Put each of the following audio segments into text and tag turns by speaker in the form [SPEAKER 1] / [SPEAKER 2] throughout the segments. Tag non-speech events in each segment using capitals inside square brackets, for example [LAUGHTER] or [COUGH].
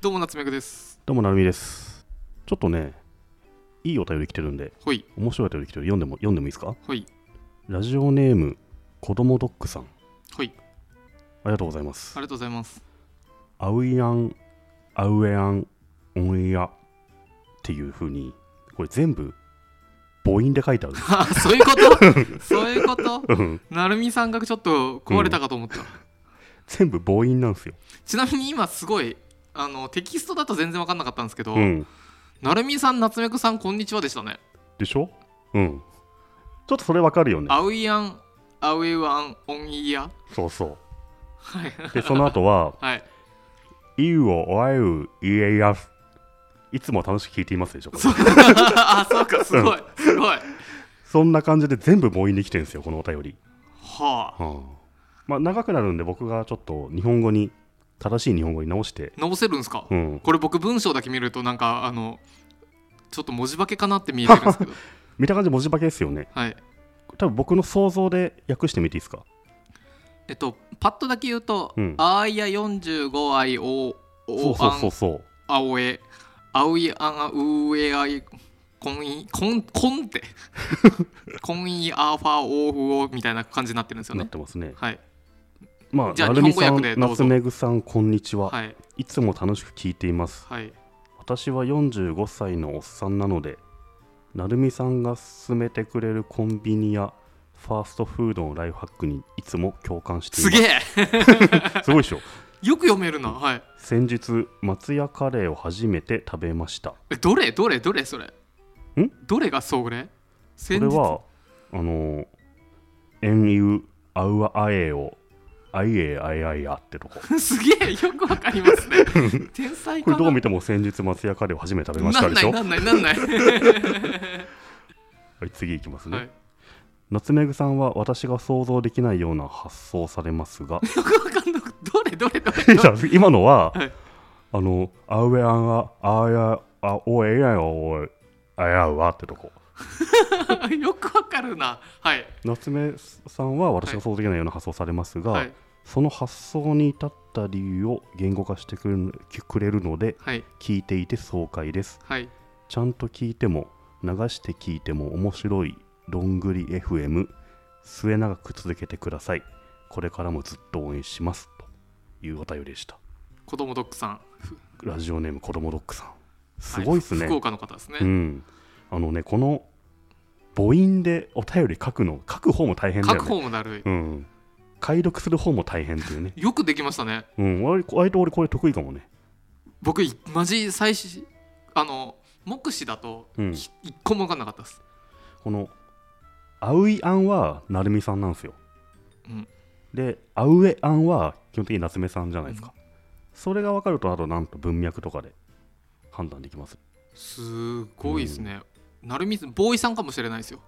[SPEAKER 1] どうも夏目くです。
[SPEAKER 2] どうもなるみです。ちょっとね、いいお便り来てるんで、
[SPEAKER 1] ほい
[SPEAKER 2] 面白いお便り来てる読んでも読んでもいいですか
[SPEAKER 1] ほい
[SPEAKER 2] ラジオネーム、子供ドッグさん。
[SPEAKER 1] ほい。
[SPEAKER 2] ありがとうございま
[SPEAKER 1] あ
[SPEAKER 2] す
[SPEAKER 1] り。がとうございます。 [LAUGHS]
[SPEAKER 2] アウイアン、アウエアン、オンエアっていう風に、これ全部母音で書いてあるんです。
[SPEAKER 1] あそういう
[SPEAKER 2] [LAUGHS]
[SPEAKER 1] こと？そういうこと？ [LAUGHS]
[SPEAKER 2] うん
[SPEAKER 1] なるみさんがちょっと壊れたかと思った。
[SPEAKER 2] 全部母音なんですよ。
[SPEAKER 1] ちなみに今すごいあのテキストだと全然分かんなかったんですけど、
[SPEAKER 2] うん。
[SPEAKER 1] なるみさん夏目くさんこんにちはでしたね。
[SPEAKER 2] でしょうん。ちょっとそれわかるよね。
[SPEAKER 1] アウイアンアウイワンオンイヤ
[SPEAKER 2] そうそう。
[SPEAKER 1] はい
[SPEAKER 2] で、その後は、 [LAUGHS]
[SPEAKER 1] はい
[SPEAKER 2] いいをおあいう、いえやす。いつも楽しく聞いていますでしょこれ
[SPEAKER 1] あそうかすごいすごい
[SPEAKER 2] そんな感じで全部母音に来てるんですよ、このお便り。
[SPEAKER 1] はあ
[SPEAKER 2] まあ、長くなるんで、僕がちょっと日本語に、正しい日本語に直して、
[SPEAKER 1] 直せるんですか、
[SPEAKER 2] うん、
[SPEAKER 1] これ僕文章だけ見るとなんかあのちょっと文字化けかなって見えてるんです
[SPEAKER 2] [LAUGHS]
[SPEAKER 1] けど
[SPEAKER 2] 見た感じ文字化けですよね。
[SPEAKER 1] はい
[SPEAKER 2] 多分僕の想像で訳してみていいですか。
[SPEAKER 1] えっとパッとだけ言うと
[SPEAKER 2] うん
[SPEAKER 1] 「あーいや45あいお
[SPEAKER 2] そう
[SPEAKER 1] お
[SPEAKER 2] そう
[SPEAKER 1] あ
[SPEAKER 2] そうんそう。
[SPEAKER 1] あおえあういあんあうえあいこんいこんこんって
[SPEAKER 2] [LAUGHS]
[SPEAKER 1] こんいあファおふおみたいな感じになってるんですよ
[SPEAKER 2] なっ
[SPEAKER 1] ね
[SPEAKER 2] てますね。
[SPEAKER 1] はい
[SPEAKER 2] まあ、
[SPEAKER 1] じゃあ
[SPEAKER 2] なるみさ
[SPEAKER 1] 日本
[SPEAKER 2] ん
[SPEAKER 1] 語訳で、どうぞ
[SPEAKER 2] 夏目ぐさん、こんにちは、
[SPEAKER 1] はい
[SPEAKER 2] い。つも楽しく聞いています。
[SPEAKER 1] はい
[SPEAKER 2] 私は45歳のおっさんなので、なるみさんが勧めてくれるコンビニやファーストフードのライフハックにいつも共感してい
[SPEAKER 1] す
[SPEAKER 2] ます。
[SPEAKER 1] げえ
[SPEAKER 2] すごいでしょ。
[SPEAKER 1] よく読めるなはい
[SPEAKER 2] 先日松屋カレーを初めて食べました
[SPEAKER 1] えどれどれどれそれ
[SPEAKER 2] ん
[SPEAKER 1] どれがそれ
[SPEAKER 2] そ
[SPEAKER 1] 先
[SPEAKER 2] れ
[SPEAKER 1] 日
[SPEAKER 2] はあの遠遊アウアアエをアイエアイアイアってとこ
[SPEAKER 1] [LAUGHS] すげえよくわかりますね
[SPEAKER 2] [LAUGHS]
[SPEAKER 1] 天才
[SPEAKER 2] こ
[SPEAKER 1] か
[SPEAKER 2] れ
[SPEAKER 1] な
[SPEAKER 2] どう見ても先日松屋カレーを初めて食べまし
[SPEAKER 1] な
[SPEAKER 2] た
[SPEAKER 1] ん
[SPEAKER 2] で
[SPEAKER 1] な
[SPEAKER 2] しょ
[SPEAKER 1] いなんないなんない、
[SPEAKER 2] はい次いきますね、
[SPEAKER 1] はい、
[SPEAKER 2] 夏目具さんは私が想像できないような発想をされますが
[SPEAKER 1] よくわかんなくどれどれどれ
[SPEAKER 2] [LAUGHS] じゃあ今のは、
[SPEAKER 1] はい
[SPEAKER 2] あのアウエアンアアヤアオエアオエアヤウアってとこ
[SPEAKER 1] [LAUGHS] よくわかるな。はい。
[SPEAKER 2] 夏目さんは私が想像できないような発想をされますが、
[SPEAKER 1] はい。
[SPEAKER 2] その発想に至った理由を言語化してくれるくれるので
[SPEAKER 1] はい。
[SPEAKER 2] 聞いていて爽快です
[SPEAKER 1] はい。
[SPEAKER 2] ちゃんと聞いても流して聞いても面白いどんぐり FM 末永く続けてくださいこれからもずっと応援しますというお便りでした
[SPEAKER 1] 子供ドッグさん。
[SPEAKER 2] ラジオネーム子供ドッグさんすごいですね、
[SPEAKER 1] は福岡の方ですね。
[SPEAKER 2] うんあのねこの母音でお便り書くの書く方も大変だ
[SPEAKER 1] 書
[SPEAKER 2] よ
[SPEAKER 1] く
[SPEAKER 2] ね
[SPEAKER 1] 方もだるい。
[SPEAKER 2] うん解読する方も大変っていうね
[SPEAKER 1] [LAUGHS] よくできましたね。
[SPEAKER 2] うん割割と俺これ得意かもね
[SPEAKER 1] 僕、いマジ最初、あの、目視だと、
[SPEAKER 2] うん
[SPEAKER 1] ひ一個も分かんなかったです。
[SPEAKER 2] このアウイアンは成美さんなんですよ、
[SPEAKER 1] うん
[SPEAKER 2] でアウエアンは基本的に夏目さんじゃないですか、それが分かるとあとなんと文脈と
[SPEAKER 1] [LAUGHS]
[SPEAKER 2] かで判断できます
[SPEAKER 1] すごいですね。なるみさん、ボーイさんかもしれないですよ。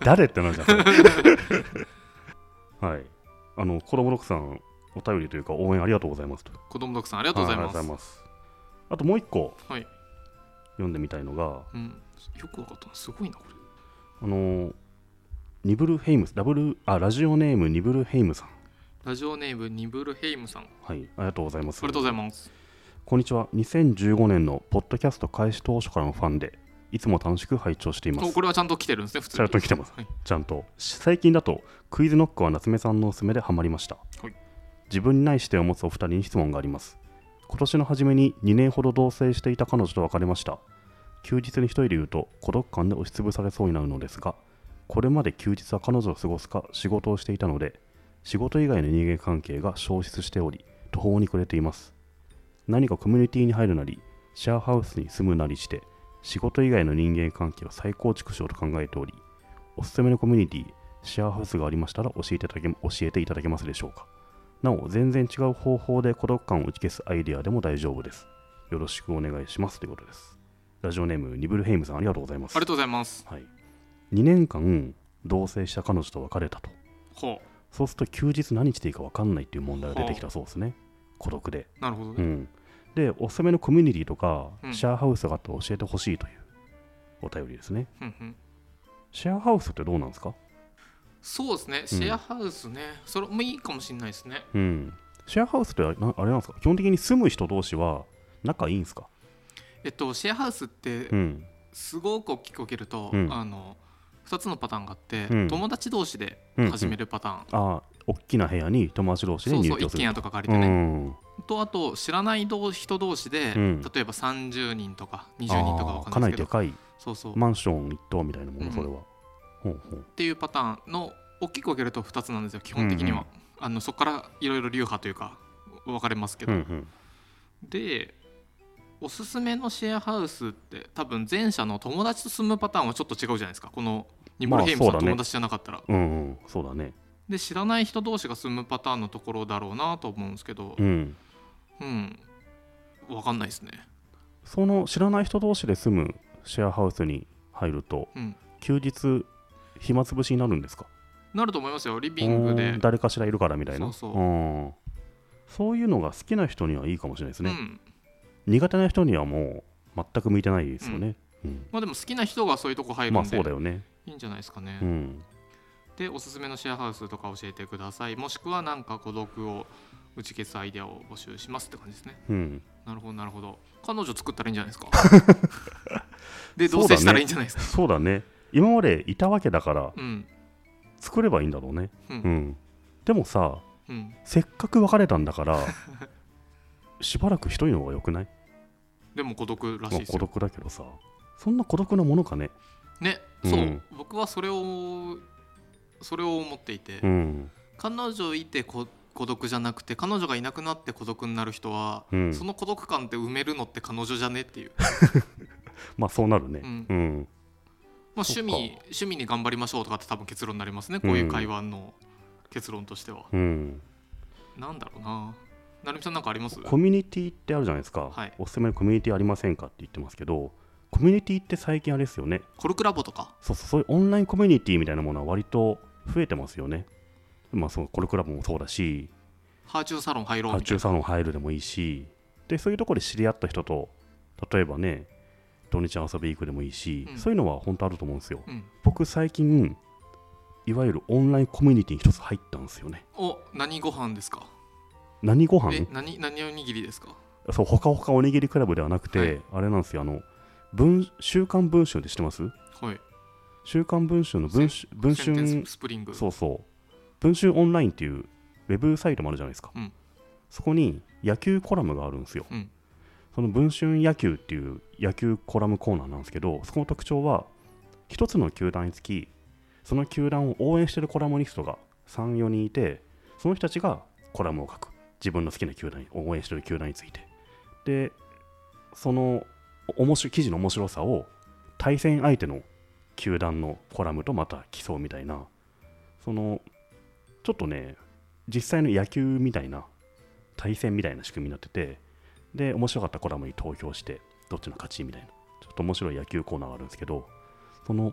[SPEAKER 2] 誰ってな
[SPEAKER 1] [LAUGHS]
[SPEAKER 2] るじゃんそれはいあの子供ロックさんお便りというか応援ありがとうございますと
[SPEAKER 1] 子供ドッグさん、ありがとう
[SPEAKER 2] はい
[SPEAKER 1] ご
[SPEAKER 2] あ
[SPEAKER 1] ざいます。
[SPEAKER 2] ますあともう一個
[SPEAKER 1] はい。
[SPEAKER 2] 読んでみたいのが
[SPEAKER 1] うん。よく分かったな。すごいな、これ。
[SPEAKER 2] あのーニブルヘイムスダブルあラジオネームニブルヘイムさん
[SPEAKER 1] ラジオネーム、ニブルヘイムさん。あ
[SPEAKER 2] はいありがとうございます
[SPEAKER 1] りがとうございます。
[SPEAKER 2] こんにちは。2015年のポッドキャスト開始当初からのファンで、いつも楽しく拝聴していま
[SPEAKER 1] お
[SPEAKER 2] す。
[SPEAKER 1] これはちゃんと来てるんですね、普通
[SPEAKER 2] ちゃんと来てます
[SPEAKER 1] はい。
[SPEAKER 2] ちゃんと。最近だと、クイズノックは夏目さんのおすすめでハマりました。
[SPEAKER 1] はい
[SPEAKER 2] 自分にない視点を持つお二人に質問があります。今年の初めに2年ほど同棲していた彼女と別れました。休日に一人でいると孤独感で押しつぶされそうになるのですが、これまで休日は彼女を過ごすか仕事をしていたので、仕事以外の人間関係が消失しており、途方に暮れています。何かコミュニティに入るなり、シェアハウスに住むなりして、仕事以外の人間関係を再構築しようと考えており、おすすめのコミュニティ、シェアハウスがありましたら教えていただけ教えていただけますでしょうか。なお、全然違う方法で孤独感を打ち消すアイデアでも大丈夫です。よろしくお願いしますということです。ラジオネーム、ニブルヘイムさん、ありがとうございま
[SPEAKER 1] あ
[SPEAKER 2] す。
[SPEAKER 1] りがとうございます。
[SPEAKER 2] はい、2年間、同棲した彼女と別れたと。
[SPEAKER 1] ほ
[SPEAKER 2] そうすると、休日何していいか分かんないっていう問題が出てきたそうですね。孤独で。
[SPEAKER 1] う。なるほどね。
[SPEAKER 2] うん、でおすすめのコミュニティとか、
[SPEAKER 1] うん
[SPEAKER 2] シェアハウスがあって教えてほしいというお便りですね
[SPEAKER 1] うんうん
[SPEAKER 2] シェアハウスってどうなんですか
[SPEAKER 1] そうですね、シェアハウスね、それもいいかもしれないですね。
[SPEAKER 2] うんシェアハウスってあれなあれなんですか基本的に住む人同士は仲いいんですか
[SPEAKER 1] えっとシェアハウスって
[SPEAKER 2] うん
[SPEAKER 1] すごく大きく分けると、
[SPEAKER 2] うん
[SPEAKER 1] あの2つのパターンがあって、
[SPEAKER 2] うん
[SPEAKER 1] 友達同士で始めるパターン、
[SPEAKER 2] ああ大きな部屋に友達同士で
[SPEAKER 1] そう
[SPEAKER 2] 入
[SPEAKER 1] そう
[SPEAKER 2] 居
[SPEAKER 1] 一
[SPEAKER 2] す
[SPEAKER 1] 軒
[SPEAKER 2] る
[SPEAKER 1] 家とか借
[SPEAKER 2] う
[SPEAKER 1] りてね、
[SPEAKER 2] ん
[SPEAKER 1] とあと知らない同人同士で、
[SPEAKER 2] うん
[SPEAKER 1] 例えば30人とか20人とかわ
[SPEAKER 2] あ
[SPEAKER 1] か
[SPEAKER 2] あか
[SPEAKER 1] んな
[SPEAKER 2] な
[SPEAKER 1] い
[SPEAKER 2] り
[SPEAKER 1] ですけ
[SPEAKER 2] で
[SPEAKER 1] ど
[SPEAKER 2] かい
[SPEAKER 1] そうそう、
[SPEAKER 2] マンション一棟みたいなも
[SPEAKER 1] うん
[SPEAKER 2] のそれは、ほうほう
[SPEAKER 1] っていうパターンの大きく分けると2つなんですよ基本的には、あのそこからいろいろ流派というか分かれますけ
[SPEAKER 2] う
[SPEAKER 1] ど、
[SPEAKER 2] んうん
[SPEAKER 1] でおすすめのシェアハウスって多分前者の友達と住むパターンはちょっと違うじゃないですかこのニモルヘイムさん、
[SPEAKER 2] まあそうだね
[SPEAKER 1] 友達じゃなかったら
[SPEAKER 2] うんうんそうだね
[SPEAKER 1] で知らない人同士が住むパターンのところだろうなと思うんですけど
[SPEAKER 2] うん
[SPEAKER 1] うん、わかんないですね
[SPEAKER 2] その知らない人同士で住むシェアハウスに入ると
[SPEAKER 1] うん
[SPEAKER 2] 休日暇つぶしになるんですか
[SPEAKER 1] なると思いますよリビング
[SPEAKER 2] うん
[SPEAKER 1] で
[SPEAKER 2] 誰かしらいるからみたいな
[SPEAKER 1] そうそうん
[SPEAKER 2] そういうのが好きな人にはいいかもしれないです
[SPEAKER 1] う
[SPEAKER 2] ね、
[SPEAKER 1] ん
[SPEAKER 2] 苦手な人にはもう全く向いてないですよね、うん
[SPEAKER 1] まあでも好きな人がそういうとこ入る
[SPEAKER 2] まあ
[SPEAKER 1] んで
[SPEAKER 2] そうだよね、
[SPEAKER 1] いいんじゃないですかね、
[SPEAKER 2] うん、
[SPEAKER 1] でおすすめのシェアハウスとか教えてくださいもしくはなんか孤独を打ち消すアイデアを募集しますって感じですね
[SPEAKER 2] うん、
[SPEAKER 1] なるほどなるほど彼女作ったらいいんじゃないですか
[SPEAKER 2] [LAUGHS]
[SPEAKER 1] で
[SPEAKER 2] そう
[SPEAKER 1] 同
[SPEAKER 2] だね
[SPEAKER 1] 棲したらいいんじゃないですか
[SPEAKER 2] そうだね今までいたわけだから
[SPEAKER 1] うん
[SPEAKER 2] 作ればいいんだろうね、
[SPEAKER 1] う
[SPEAKER 2] うんん、でもさ
[SPEAKER 1] うん
[SPEAKER 2] せっかく別れたんだから
[SPEAKER 1] [LAUGHS]
[SPEAKER 2] しばらく一人の方がよくない、
[SPEAKER 1] でも孤独らしい
[SPEAKER 2] まあ
[SPEAKER 1] です
[SPEAKER 2] 孤
[SPEAKER 1] よ
[SPEAKER 2] 独だけどさそんな孤独なものかね
[SPEAKER 1] ね
[SPEAKER 2] うん
[SPEAKER 1] そう、僕はそれをそれを思っていて、
[SPEAKER 2] うん、
[SPEAKER 1] 彼女いてこ孤独じゃなくて彼女がいなくなって孤独になる人は、
[SPEAKER 2] うん、
[SPEAKER 1] その孤独感って埋めるのって彼女じゃねっていう、
[SPEAKER 2] まあそうなるね、
[SPEAKER 1] うん
[SPEAKER 2] うん
[SPEAKER 1] まあ、
[SPEAKER 2] そ
[SPEAKER 1] 趣
[SPEAKER 2] っか
[SPEAKER 1] 味趣味に頑張りましょうとかって多分結論になりますねこういう会話の結論としては、
[SPEAKER 2] うん、
[SPEAKER 1] なんだろうななるみさんなんかあります
[SPEAKER 2] コミュニティってあるじゃないですか、
[SPEAKER 1] はい
[SPEAKER 2] おすすめのコミュニティありませんかって言ってますけどコミュニティって最近あれですよね
[SPEAKER 1] コルクラボとか
[SPEAKER 2] そうそうそういうオンラインコミュニティみたいなものは割と増えてますよねまあそのコルクラブもそうだし
[SPEAKER 1] ハーチューサロン入ろう
[SPEAKER 2] 発
[SPEAKER 1] みたい
[SPEAKER 2] 注サロン入るでもいいしでそういうところで知り合った人と例えばね土日遊び行くでもいいし、
[SPEAKER 1] うん
[SPEAKER 2] そういうのは本当あると思うんですよ
[SPEAKER 1] な、うん、
[SPEAKER 2] 僕最近いわゆるオンラインコミュニティに一つ入ったんですよね
[SPEAKER 1] お何ご飯ですか
[SPEAKER 2] 何ご
[SPEAKER 1] え
[SPEAKER 2] 飯
[SPEAKER 1] 何何おにぎりですか
[SPEAKER 2] そうほかほかおにぎりクラブではなくて、
[SPEAKER 1] はい
[SPEAKER 2] あれなんですよあの文週刊文春って知ってます
[SPEAKER 1] はい
[SPEAKER 2] 週刊文春の文春文
[SPEAKER 1] センテン
[SPEAKER 2] 春
[SPEAKER 1] ススプリング
[SPEAKER 2] そうそう文春オンラインっていうウェブサイトもあるじゃないですか、
[SPEAKER 1] うん
[SPEAKER 2] そこに野球コラムがあるんですよ、
[SPEAKER 1] うん
[SPEAKER 2] その文春野球っていう野球コラムコーナーなんですけどそこの特徴は一つの球団につきその球団を応援してるコラムニストが34人いてその人たちがコラムを書く自分の好きな球団に応援してる球団についてでそのお面白い記事の面白さを対戦相手の球団のコラムとまた競うみたいなそのちょっとね実際の野球みたいな対戦みたいな仕組みになっててで面白かったコラムに投票してどっちの勝ちみたいなちょっと面白い野球コーナーがあるんですけどその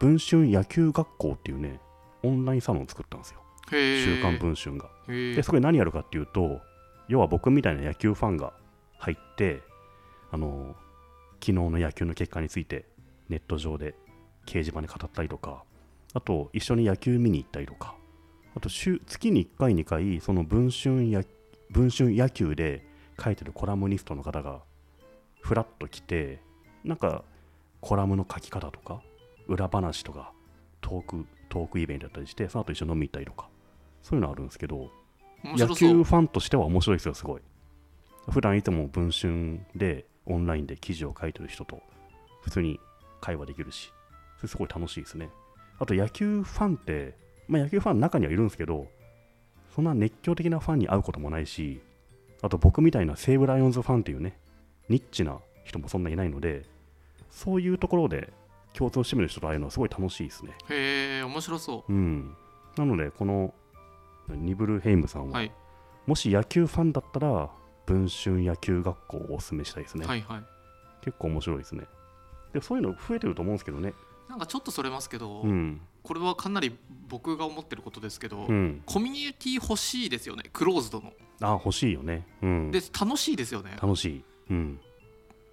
[SPEAKER 2] 文春野球学校っていうねオンラインサロンを作ったんですよ
[SPEAKER 1] へえ
[SPEAKER 2] 週刊文春が。
[SPEAKER 1] へ
[SPEAKER 2] で
[SPEAKER 1] え
[SPEAKER 2] そこで何やるかっていうと要は僕みたいな野球ファンが入ってあの昨日の野球の結果についてネット上で掲示板に語ったりとかあと一緒に野球見に行ったりとかあと週月に1回2回その文春や文春野球で書いてるコラムニストの方がふらっと来てなんかコラムの書き方とか裏話とかトークトークイベントだったりしてその後一緒に飲み行ったりとかそういうのあるんですけど
[SPEAKER 1] 面
[SPEAKER 2] 野
[SPEAKER 1] 白
[SPEAKER 2] 球
[SPEAKER 1] そう
[SPEAKER 2] ファンとしては面白いですよ、すごい。普段いつも文春でオンラインで記事を書いてる人と普通に会話できるし、それすごい楽しいですね。あと野球ファンって、まあ、野球ファンの中にはいるんですけど、そんな熱狂的なファンに会うこともないし、あと僕みたいな西武ライオンズファンっていうね、ニッチな人もそんないないので、そういうところで共通してみる人と会えるのはすごい楽しいですね。
[SPEAKER 1] へえ面白そ
[SPEAKER 2] うん。なので、このニブルヘイムさん
[SPEAKER 1] う
[SPEAKER 2] は、
[SPEAKER 1] はい
[SPEAKER 2] もし野球ファンだったら、文春野球学校をおすすめしたいですね。
[SPEAKER 1] はいはい
[SPEAKER 2] 結構面白いですね。でそういうの増えてると思うんですけどね。
[SPEAKER 1] なんかちょっとそれますけど、
[SPEAKER 2] うん。
[SPEAKER 1] これはかなり僕が思ってることですけど、
[SPEAKER 2] うん。
[SPEAKER 1] コミュニティ欲しいですよねクローズドの
[SPEAKER 2] あ、欲しいよね。うん
[SPEAKER 1] で。楽しいですよね
[SPEAKER 2] 楽しい。うん。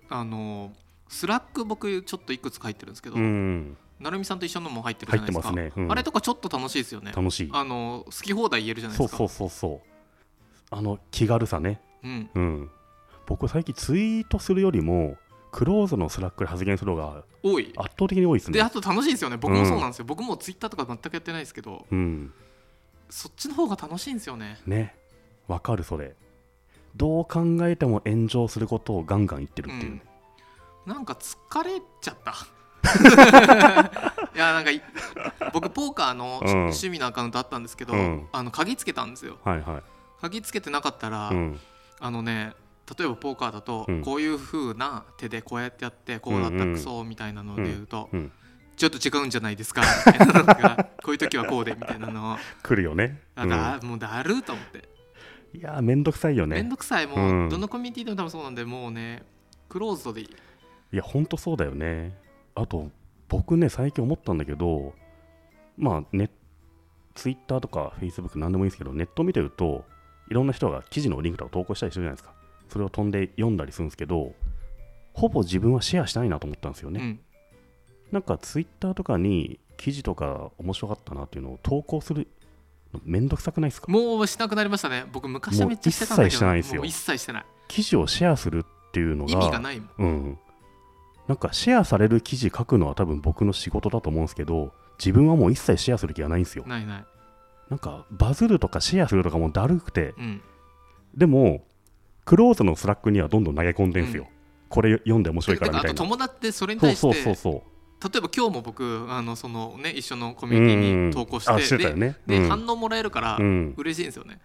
[SPEAKER 1] あのスラック僕ちょっといくつ入ってるんですけど、
[SPEAKER 2] うん。
[SPEAKER 1] なるみさんと一緒のも入ってるじ
[SPEAKER 2] 入
[SPEAKER 1] ゃ
[SPEAKER 2] っ
[SPEAKER 1] ない
[SPEAKER 2] て
[SPEAKER 1] で
[SPEAKER 2] ます
[SPEAKER 1] か
[SPEAKER 2] すね。うん
[SPEAKER 1] あれとかちょっと楽しいですよね
[SPEAKER 2] 楽しい。
[SPEAKER 1] あの好き放題言えるじゃない
[SPEAKER 2] そ
[SPEAKER 1] で
[SPEAKER 2] う
[SPEAKER 1] すか
[SPEAKER 2] そうそうそう。あの気軽さね、
[SPEAKER 1] うん
[SPEAKER 2] うん、僕最近ツイートするよりもクローズのスラックで発言する方が
[SPEAKER 1] 多い
[SPEAKER 2] 圧倒的に多いです
[SPEAKER 1] で
[SPEAKER 2] ね
[SPEAKER 1] あ、と楽しいですよね僕もそうなんですよ、僕もツイッターとか全くやってないですけど
[SPEAKER 2] うん、
[SPEAKER 1] そっちの方が楽しいんですよね
[SPEAKER 2] ねわかるそれどう考えても炎上することをガンガン言ってるっていうね、
[SPEAKER 1] なんか疲れちゃ
[SPEAKER 2] [LAUGHS]
[SPEAKER 1] ったいやなんかい僕ポーカーの、
[SPEAKER 2] うん
[SPEAKER 1] 趣味のアカウントあったんですけど、
[SPEAKER 2] うん
[SPEAKER 1] あの鍵つけたんですよ
[SPEAKER 2] はいはい
[SPEAKER 1] 鍵つけてなかったら、
[SPEAKER 2] うん
[SPEAKER 1] あのね例えばポーカーだと、
[SPEAKER 2] うん
[SPEAKER 1] こういう風な手でこうやってやってこうだったらクソみたいなので言うと、
[SPEAKER 2] うんうん
[SPEAKER 1] ちょっと違うんじゃないですかみたいなのがこういう時はこうでみたいなのを
[SPEAKER 2] 来るよね
[SPEAKER 1] だから、もうだるーと思って、
[SPEAKER 2] うん、いやーめんどくさいよ
[SPEAKER 1] めん
[SPEAKER 2] ね
[SPEAKER 1] どくさいもう、
[SPEAKER 2] うん
[SPEAKER 1] どのコミュニティでも多分そうなんでもうねクローズドでいい
[SPEAKER 2] いやほんとそうだよねあと僕ね最近思ったんだけどまあねツイッターとかフェイスブック何でもいいですけどネット見てるといろんな人が記事のリンクとか投稿したりするじゃないですかそれを飛んで読んだりするんですけどほぼ自分はシェアしないなと思ったんですよね、
[SPEAKER 1] うん
[SPEAKER 2] なんかツイッターとかに記事とか面白かったなっていうのを投稿するのめんどくさくないですか
[SPEAKER 1] もうしなくなりましたね僕昔はめっちゃしてたんだけど
[SPEAKER 2] もう一切してないですよ
[SPEAKER 1] もう一切してない
[SPEAKER 2] 記事をシェアするっていうのが
[SPEAKER 1] 意味がないもん
[SPEAKER 2] うん、なんかシェアされる記事書くのは多分僕の仕事だと思うんですけど自分はもう一切シェアする気がないんですよ
[SPEAKER 1] ないない
[SPEAKER 2] なんかバズるとかシェアするとかもうだるくて
[SPEAKER 1] うん
[SPEAKER 2] でもクローズのスラックにはどんどん投げ込んでんすよ、
[SPEAKER 1] うん
[SPEAKER 2] これ読んで面白いか
[SPEAKER 1] だ
[SPEAKER 2] ら
[SPEAKER 1] からあ
[SPEAKER 2] みたい
[SPEAKER 1] と
[SPEAKER 2] な
[SPEAKER 1] 友達ってそれに
[SPEAKER 2] そう
[SPEAKER 1] 対して
[SPEAKER 2] そうそうそう
[SPEAKER 1] 例えば今日も僕あのその、ね、一緒のコ
[SPEAKER 2] コ
[SPEAKER 1] ミュニティに投稿して,、
[SPEAKER 2] あしてたよね
[SPEAKER 1] で、
[SPEAKER 2] う
[SPEAKER 1] で
[SPEAKER 2] ん
[SPEAKER 1] 反応もらえるから
[SPEAKER 2] うん
[SPEAKER 1] 嬉しいんですよね、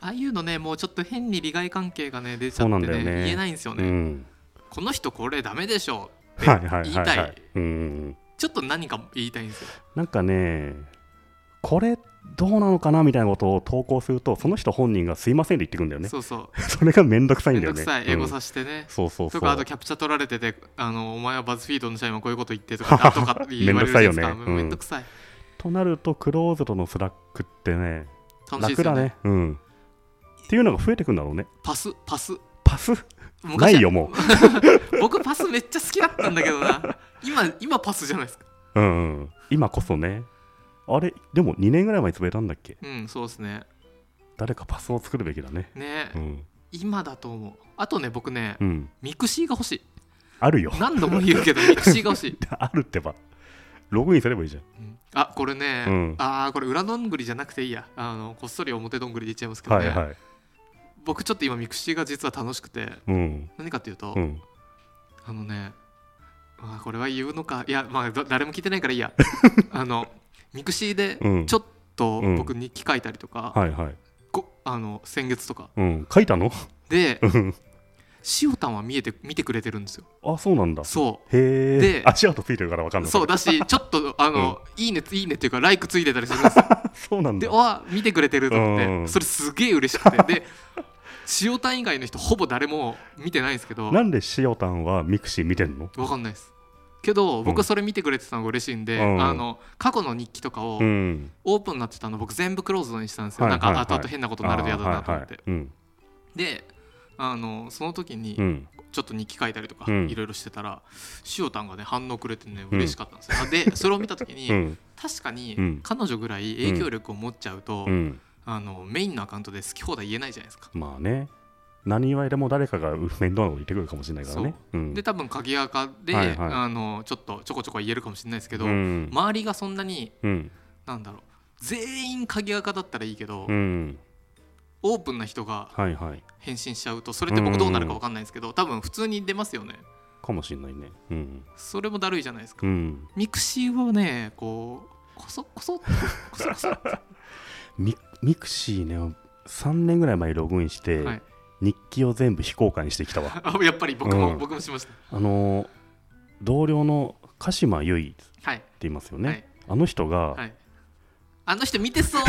[SPEAKER 1] ああいうのねもうちょっと変に利害関係がね出ちゃっ
[SPEAKER 2] そう
[SPEAKER 1] て
[SPEAKER 2] なん
[SPEAKER 1] ね
[SPEAKER 2] だよね
[SPEAKER 1] 言えないんですよ
[SPEAKER 2] う
[SPEAKER 1] ね、
[SPEAKER 2] ん
[SPEAKER 1] この人これダメでしょって
[SPEAKER 2] はいはい
[SPEAKER 1] 言い
[SPEAKER 2] はい
[SPEAKER 1] たい、
[SPEAKER 2] はいうん
[SPEAKER 1] ちょっと何か言いたいんですよ
[SPEAKER 2] なんかねこれどうなのかなみたいなことを投稿するとその人本人がすいませんって言ってくんだよね
[SPEAKER 1] そうそう
[SPEAKER 2] それがめんどくさい
[SPEAKER 1] め
[SPEAKER 2] ん
[SPEAKER 1] ん
[SPEAKER 2] だ
[SPEAKER 1] ど
[SPEAKER 2] よ
[SPEAKER 1] く
[SPEAKER 2] ね
[SPEAKER 1] さい英語
[SPEAKER 2] うん
[SPEAKER 1] さしてね、
[SPEAKER 2] そうそう
[SPEAKER 1] と
[SPEAKER 2] そう
[SPEAKER 1] かあとキャプチャ取られててあのお前はバズフィードの社員はこういうこと言って
[SPEAKER 2] [LAUGHS]
[SPEAKER 1] とかだとかって言われるじゃないですか
[SPEAKER 2] めんどくさいよねうん
[SPEAKER 1] めんどくさい
[SPEAKER 2] となるとクローズドのスラックってね
[SPEAKER 1] 楽しいです
[SPEAKER 2] 楽
[SPEAKER 1] よ
[SPEAKER 2] だ
[SPEAKER 1] ね
[SPEAKER 2] ね、うん、っていうのが増えてくんだろうね
[SPEAKER 1] パスパス
[SPEAKER 2] パスな
[SPEAKER 1] 昔
[SPEAKER 2] いよも
[SPEAKER 1] [LAUGHS] 僕パスめっちゃ好きだったんだけどな今今パスじゃないですか
[SPEAKER 2] う、うんうん、今こそねあれでも2年ぐらい前に潰れたんだっけ
[SPEAKER 1] うんそうですね
[SPEAKER 2] 誰かパスを作るべきだね
[SPEAKER 1] ね、
[SPEAKER 2] うん、
[SPEAKER 1] 今だと思うあとね僕ね、
[SPEAKER 2] うん、
[SPEAKER 1] ミクシーが欲しい
[SPEAKER 2] あるよ [LAUGHS]
[SPEAKER 1] 何度も言うけどミクシーが欲しい、
[SPEAKER 2] あるってばログインすればいいじゃん
[SPEAKER 1] うんあこれね、
[SPEAKER 2] うん
[SPEAKER 1] ああこれ裏どんぐりじゃなくていいやあのこっそり表どんぐりで言っちゃいますけど
[SPEAKER 2] は
[SPEAKER 1] ね、
[SPEAKER 2] いはい
[SPEAKER 1] 僕ちょっと今ミクシーが実は楽しくて
[SPEAKER 2] うん
[SPEAKER 1] 何かっていうと、
[SPEAKER 2] うん
[SPEAKER 1] あのね、まあ、これは言うのか、いや、まあ、だ誰も聞いてないからいい
[SPEAKER 2] [LAUGHS]
[SPEAKER 1] や。あの、ミクシーで
[SPEAKER 2] うん
[SPEAKER 1] ちょっと
[SPEAKER 2] うん
[SPEAKER 1] 僕日記書いたりとか、
[SPEAKER 2] はいはい
[SPEAKER 1] ごあの先月とか。
[SPEAKER 2] うん書いたの
[SPEAKER 1] で、
[SPEAKER 2] うん
[SPEAKER 1] しおたんは見えて見てくれてるんですよ。
[SPEAKER 2] あそうなんだ
[SPEAKER 1] そ
[SPEAKER 2] へえ
[SPEAKER 1] で
[SPEAKER 2] 足跡ついてるからわかん
[SPEAKER 1] う。
[SPEAKER 2] ない
[SPEAKER 1] そうだ
[SPEAKER 2] [LAUGHS]
[SPEAKER 1] し、ちょっとあの、いいね、いいねっていうか、ライクついてたりするんですよ。
[SPEAKER 2] そうなん
[SPEAKER 1] で、
[SPEAKER 2] だ
[SPEAKER 1] わ、見てくれてると思って、
[SPEAKER 2] うん
[SPEAKER 1] それすげえ嬉しくて。で、しおたん以外の人、ほぼ誰も見てないんですけど、
[SPEAKER 2] なんでしおたんはミクシー見てんの
[SPEAKER 1] わかんないです。けど、僕はそれ見てくれてたのが嬉しいんで、
[SPEAKER 2] うん
[SPEAKER 1] あの過去の日記とかを、
[SPEAKER 2] うん
[SPEAKER 1] オープンになってたの僕全部クローズドにしたんですよ、
[SPEAKER 2] はいはいはい
[SPEAKER 1] なんか後々変なことになると嫌だなと思って、
[SPEAKER 2] あーはいはいうん
[SPEAKER 1] であのその時に
[SPEAKER 2] うん
[SPEAKER 1] ちょっと日記書いたりとか
[SPEAKER 2] うん
[SPEAKER 1] いろいろしてたら、しおたんがね反応くれてね嬉しかったんです
[SPEAKER 2] [LAUGHS]
[SPEAKER 1] よ、あでそれを見た時に、
[SPEAKER 2] うん
[SPEAKER 1] 確かに
[SPEAKER 2] うん
[SPEAKER 1] 彼女ぐらい影響力を持っちゃうと、
[SPEAKER 2] うん
[SPEAKER 1] あのメインのアカウントで好き放題言えないじゃないですか、
[SPEAKER 2] まあね何わいでも誰かが面倒なこと言ってくるかもしれないからねうん
[SPEAKER 1] で多分鍵垢で、
[SPEAKER 2] はいはい
[SPEAKER 1] あのちょっとちょこちょこ言えるかもしれないですけど、
[SPEAKER 2] うん
[SPEAKER 1] 周りがそんなに
[SPEAKER 2] うん
[SPEAKER 1] なんだろう全員鍵垢だったらいいけど、
[SPEAKER 2] うん
[SPEAKER 1] オープンな人が
[SPEAKER 2] はいはい
[SPEAKER 1] 返信しちゃうとそれって僕どうなるか分かんないですけど、多分普通に出ますよね
[SPEAKER 2] かもしれないねうん
[SPEAKER 1] それもだるいじゃないですか、
[SPEAKER 2] うん
[SPEAKER 1] ミクシーをねこうこそこそこそこそは
[SPEAKER 2] ミミクシーね3年ぐらい前にログインして
[SPEAKER 1] い
[SPEAKER 2] 日記を全部非公開にしてきたわ
[SPEAKER 1] あやっぱり僕も、
[SPEAKER 2] うん
[SPEAKER 1] 僕もしました
[SPEAKER 2] あのー同僚の鹿島由衣って
[SPEAKER 1] はい
[SPEAKER 2] 言いますよ
[SPEAKER 1] は
[SPEAKER 2] ね
[SPEAKER 1] い
[SPEAKER 2] あの人
[SPEAKER 1] は
[SPEAKER 2] が
[SPEAKER 1] いあの人見てそう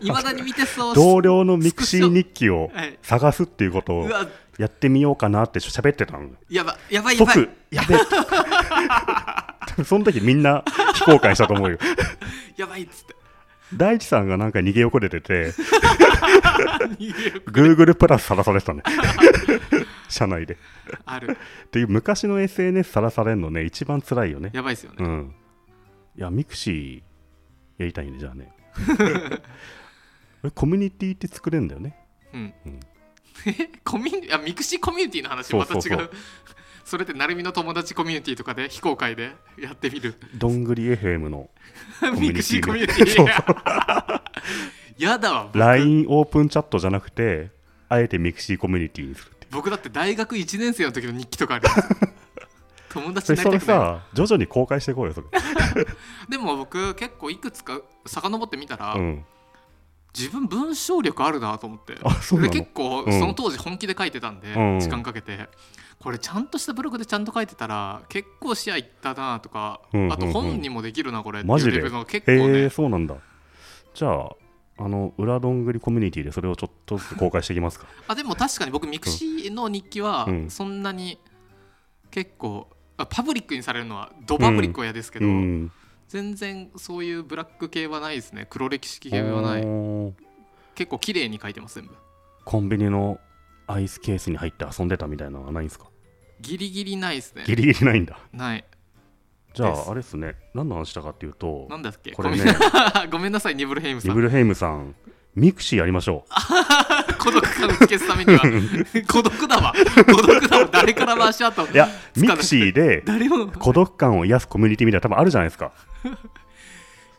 [SPEAKER 2] [LAUGHS]
[SPEAKER 1] いまだに見てそう
[SPEAKER 2] 同僚のミクシー日記を
[SPEAKER 1] はい
[SPEAKER 2] 探すっていうこと
[SPEAKER 1] う
[SPEAKER 2] を
[SPEAKER 1] わ
[SPEAKER 2] やってみようかなって喋ってたの
[SPEAKER 1] やばやばいやばい
[SPEAKER 2] 即やべえ [LAUGHS] 多分その時みんな非公開したと思うよ
[SPEAKER 1] やばいっつって
[SPEAKER 2] 大地さんがなんか逃げ遅れてて
[SPEAKER 1] 逃げる
[SPEAKER 2] Google プラスさらされて
[SPEAKER 1] [LAUGHS]
[SPEAKER 2] たね社内で
[SPEAKER 1] ある
[SPEAKER 2] っていう昔の SNS さらされるのね一番辛いよね
[SPEAKER 1] やばいですよ
[SPEAKER 2] う
[SPEAKER 1] ね、
[SPEAKER 2] んいやミクシー
[SPEAKER 1] [LAUGHS]
[SPEAKER 2] やりたいねじゃあねえコミュニティって作れるんだよね
[SPEAKER 1] うん [LAUGHS] コミュニあミクシーコミュニティの話また違う
[SPEAKER 2] そうそうそう
[SPEAKER 1] それって成美の友達コミュニティとかで非公開でやってみる
[SPEAKER 2] どんぐりエフェムのミュニティ
[SPEAKER 1] ミクシーコミュニテ
[SPEAKER 2] そう
[SPEAKER 1] ィ
[SPEAKER 2] そ
[SPEAKER 1] [LAUGHS] やだわ僕
[SPEAKER 2] LINE オープンチャットじゃなくてあえてミクシーコミュニティにするっていう
[SPEAKER 1] 僕だって大学1年生の時の日記とかあ
[SPEAKER 2] [LAUGHS]
[SPEAKER 1] る友達
[SPEAKER 2] そ
[SPEAKER 1] に
[SPEAKER 2] れ
[SPEAKER 1] な
[SPEAKER 2] そ
[SPEAKER 1] り
[SPEAKER 2] れ
[SPEAKER 1] たくない
[SPEAKER 2] さ徐々に公開していこうよそれ、
[SPEAKER 1] でも僕結構いくつか遡ってみたら、
[SPEAKER 2] うん、
[SPEAKER 1] 自分文章力あるなと思って
[SPEAKER 2] あそうな
[SPEAKER 1] で
[SPEAKER 2] の
[SPEAKER 1] 結構
[SPEAKER 2] うん
[SPEAKER 1] その当時本気で書いてたんで、
[SPEAKER 2] うん
[SPEAKER 1] 時間かけてこれちゃんとしたブログでちゃんと書いてたら結構視野いったなとか、
[SPEAKER 2] うんうんうん
[SPEAKER 1] あと本にもできるなこれって
[SPEAKER 2] マ
[SPEAKER 1] い
[SPEAKER 2] ジ
[SPEAKER 1] う
[SPEAKER 2] で
[SPEAKER 1] レベルの結構
[SPEAKER 2] へえ
[SPEAKER 1] ね
[SPEAKER 2] そうなんだじゃああの裏どんぐりコミュニティでそれをちょっとずつ公開していきますか
[SPEAKER 1] あでも確かに僕ミクシーの日記は
[SPEAKER 2] うん
[SPEAKER 1] そんなに結構あパブリックにされるのはドパブリックは嫌ですけ
[SPEAKER 2] う
[SPEAKER 1] ど、
[SPEAKER 2] ん
[SPEAKER 1] 全然そういうブラック系はないですね黒歴史系はない
[SPEAKER 2] おー
[SPEAKER 1] 結構綺麗に書いてます全部
[SPEAKER 2] コンビニのアイスケースに入って遊んでたみたいなのはないんですか
[SPEAKER 1] ギリギリないですね
[SPEAKER 2] ギリギリないんだ
[SPEAKER 1] ない
[SPEAKER 2] じゃ
[SPEAKER 1] で
[SPEAKER 2] あ
[SPEAKER 1] す
[SPEAKER 2] あれですね何の話したかっていうと
[SPEAKER 1] なんだっけ
[SPEAKER 2] これね
[SPEAKER 1] ごめんごめんなさい [LAUGHS] ニブルヘイムさ
[SPEAKER 2] リ
[SPEAKER 1] ん
[SPEAKER 2] ブルヘイムさんミクシーやりましょ
[SPEAKER 1] 孤独感を消すために
[SPEAKER 2] [LAUGHS]
[SPEAKER 1] は孤独だわ孤独だわ誰からも足跡
[SPEAKER 2] ういや
[SPEAKER 1] つか
[SPEAKER 2] ミ
[SPEAKER 1] ない
[SPEAKER 2] クシーで
[SPEAKER 1] 誰も
[SPEAKER 2] 孤独感を癒すコミュニティみたいなの多分あるじゃないですか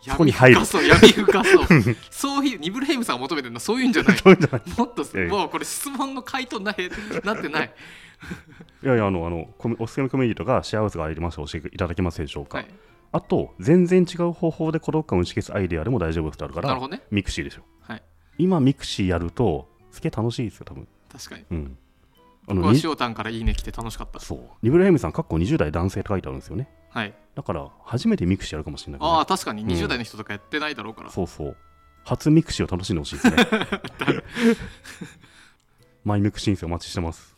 [SPEAKER 2] そこに入る
[SPEAKER 1] 闇深そう闇深そうそういうニブルヘイムさんが求めてるのはそういうんじゃない
[SPEAKER 2] そういうんじゃない
[SPEAKER 1] もっと
[SPEAKER 2] やいや
[SPEAKER 1] もうこれ質問の回答ない [LAUGHS] なってない、
[SPEAKER 2] いやいやあのあのコミおすすめコミュニティとかシェアハウスがありましたら教えていただけますでしょうか、
[SPEAKER 1] はい、
[SPEAKER 2] あと全然違う方法で孤独感を打ち消すアイデアでも大丈夫ってあるか
[SPEAKER 1] なる
[SPEAKER 2] ら
[SPEAKER 1] ほどね
[SPEAKER 2] ミクシーでしょ
[SPEAKER 1] はい
[SPEAKER 2] 今ミクシーやるとすげえ楽しいですよ多分
[SPEAKER 1] 確かに
[SPEAKER 2] うんあ
[SPEAKER 1] 僕
[SPEAKER 2] の
[SPEAKER 1] は
[SPEAKER 2] に
[SPEAKER 1] しおたんからいいね来て楽しかった
[SPEAKER 2] そうリブルヘイムさんかっこ20代男性って書いてあるんですよね
[SPEAKER 1] はい
[SPEAKER 2] だから初めてミクシーやるかもしれないから、
[SPEAKER 1] あ
[SPEAKER 2] ね
[SPEAKER 1] あ確かに
[SPEAKER 2] うん
[SPEAKER 1] 20代の人とかやってないだろうから、
[SPEAKER 2] そうそう初ミクシーを楽しんでほしいです
[SPEAKER 1] [LAUGHS]
[SPEAKER 2] ねマイミクシーン生お待ちしてます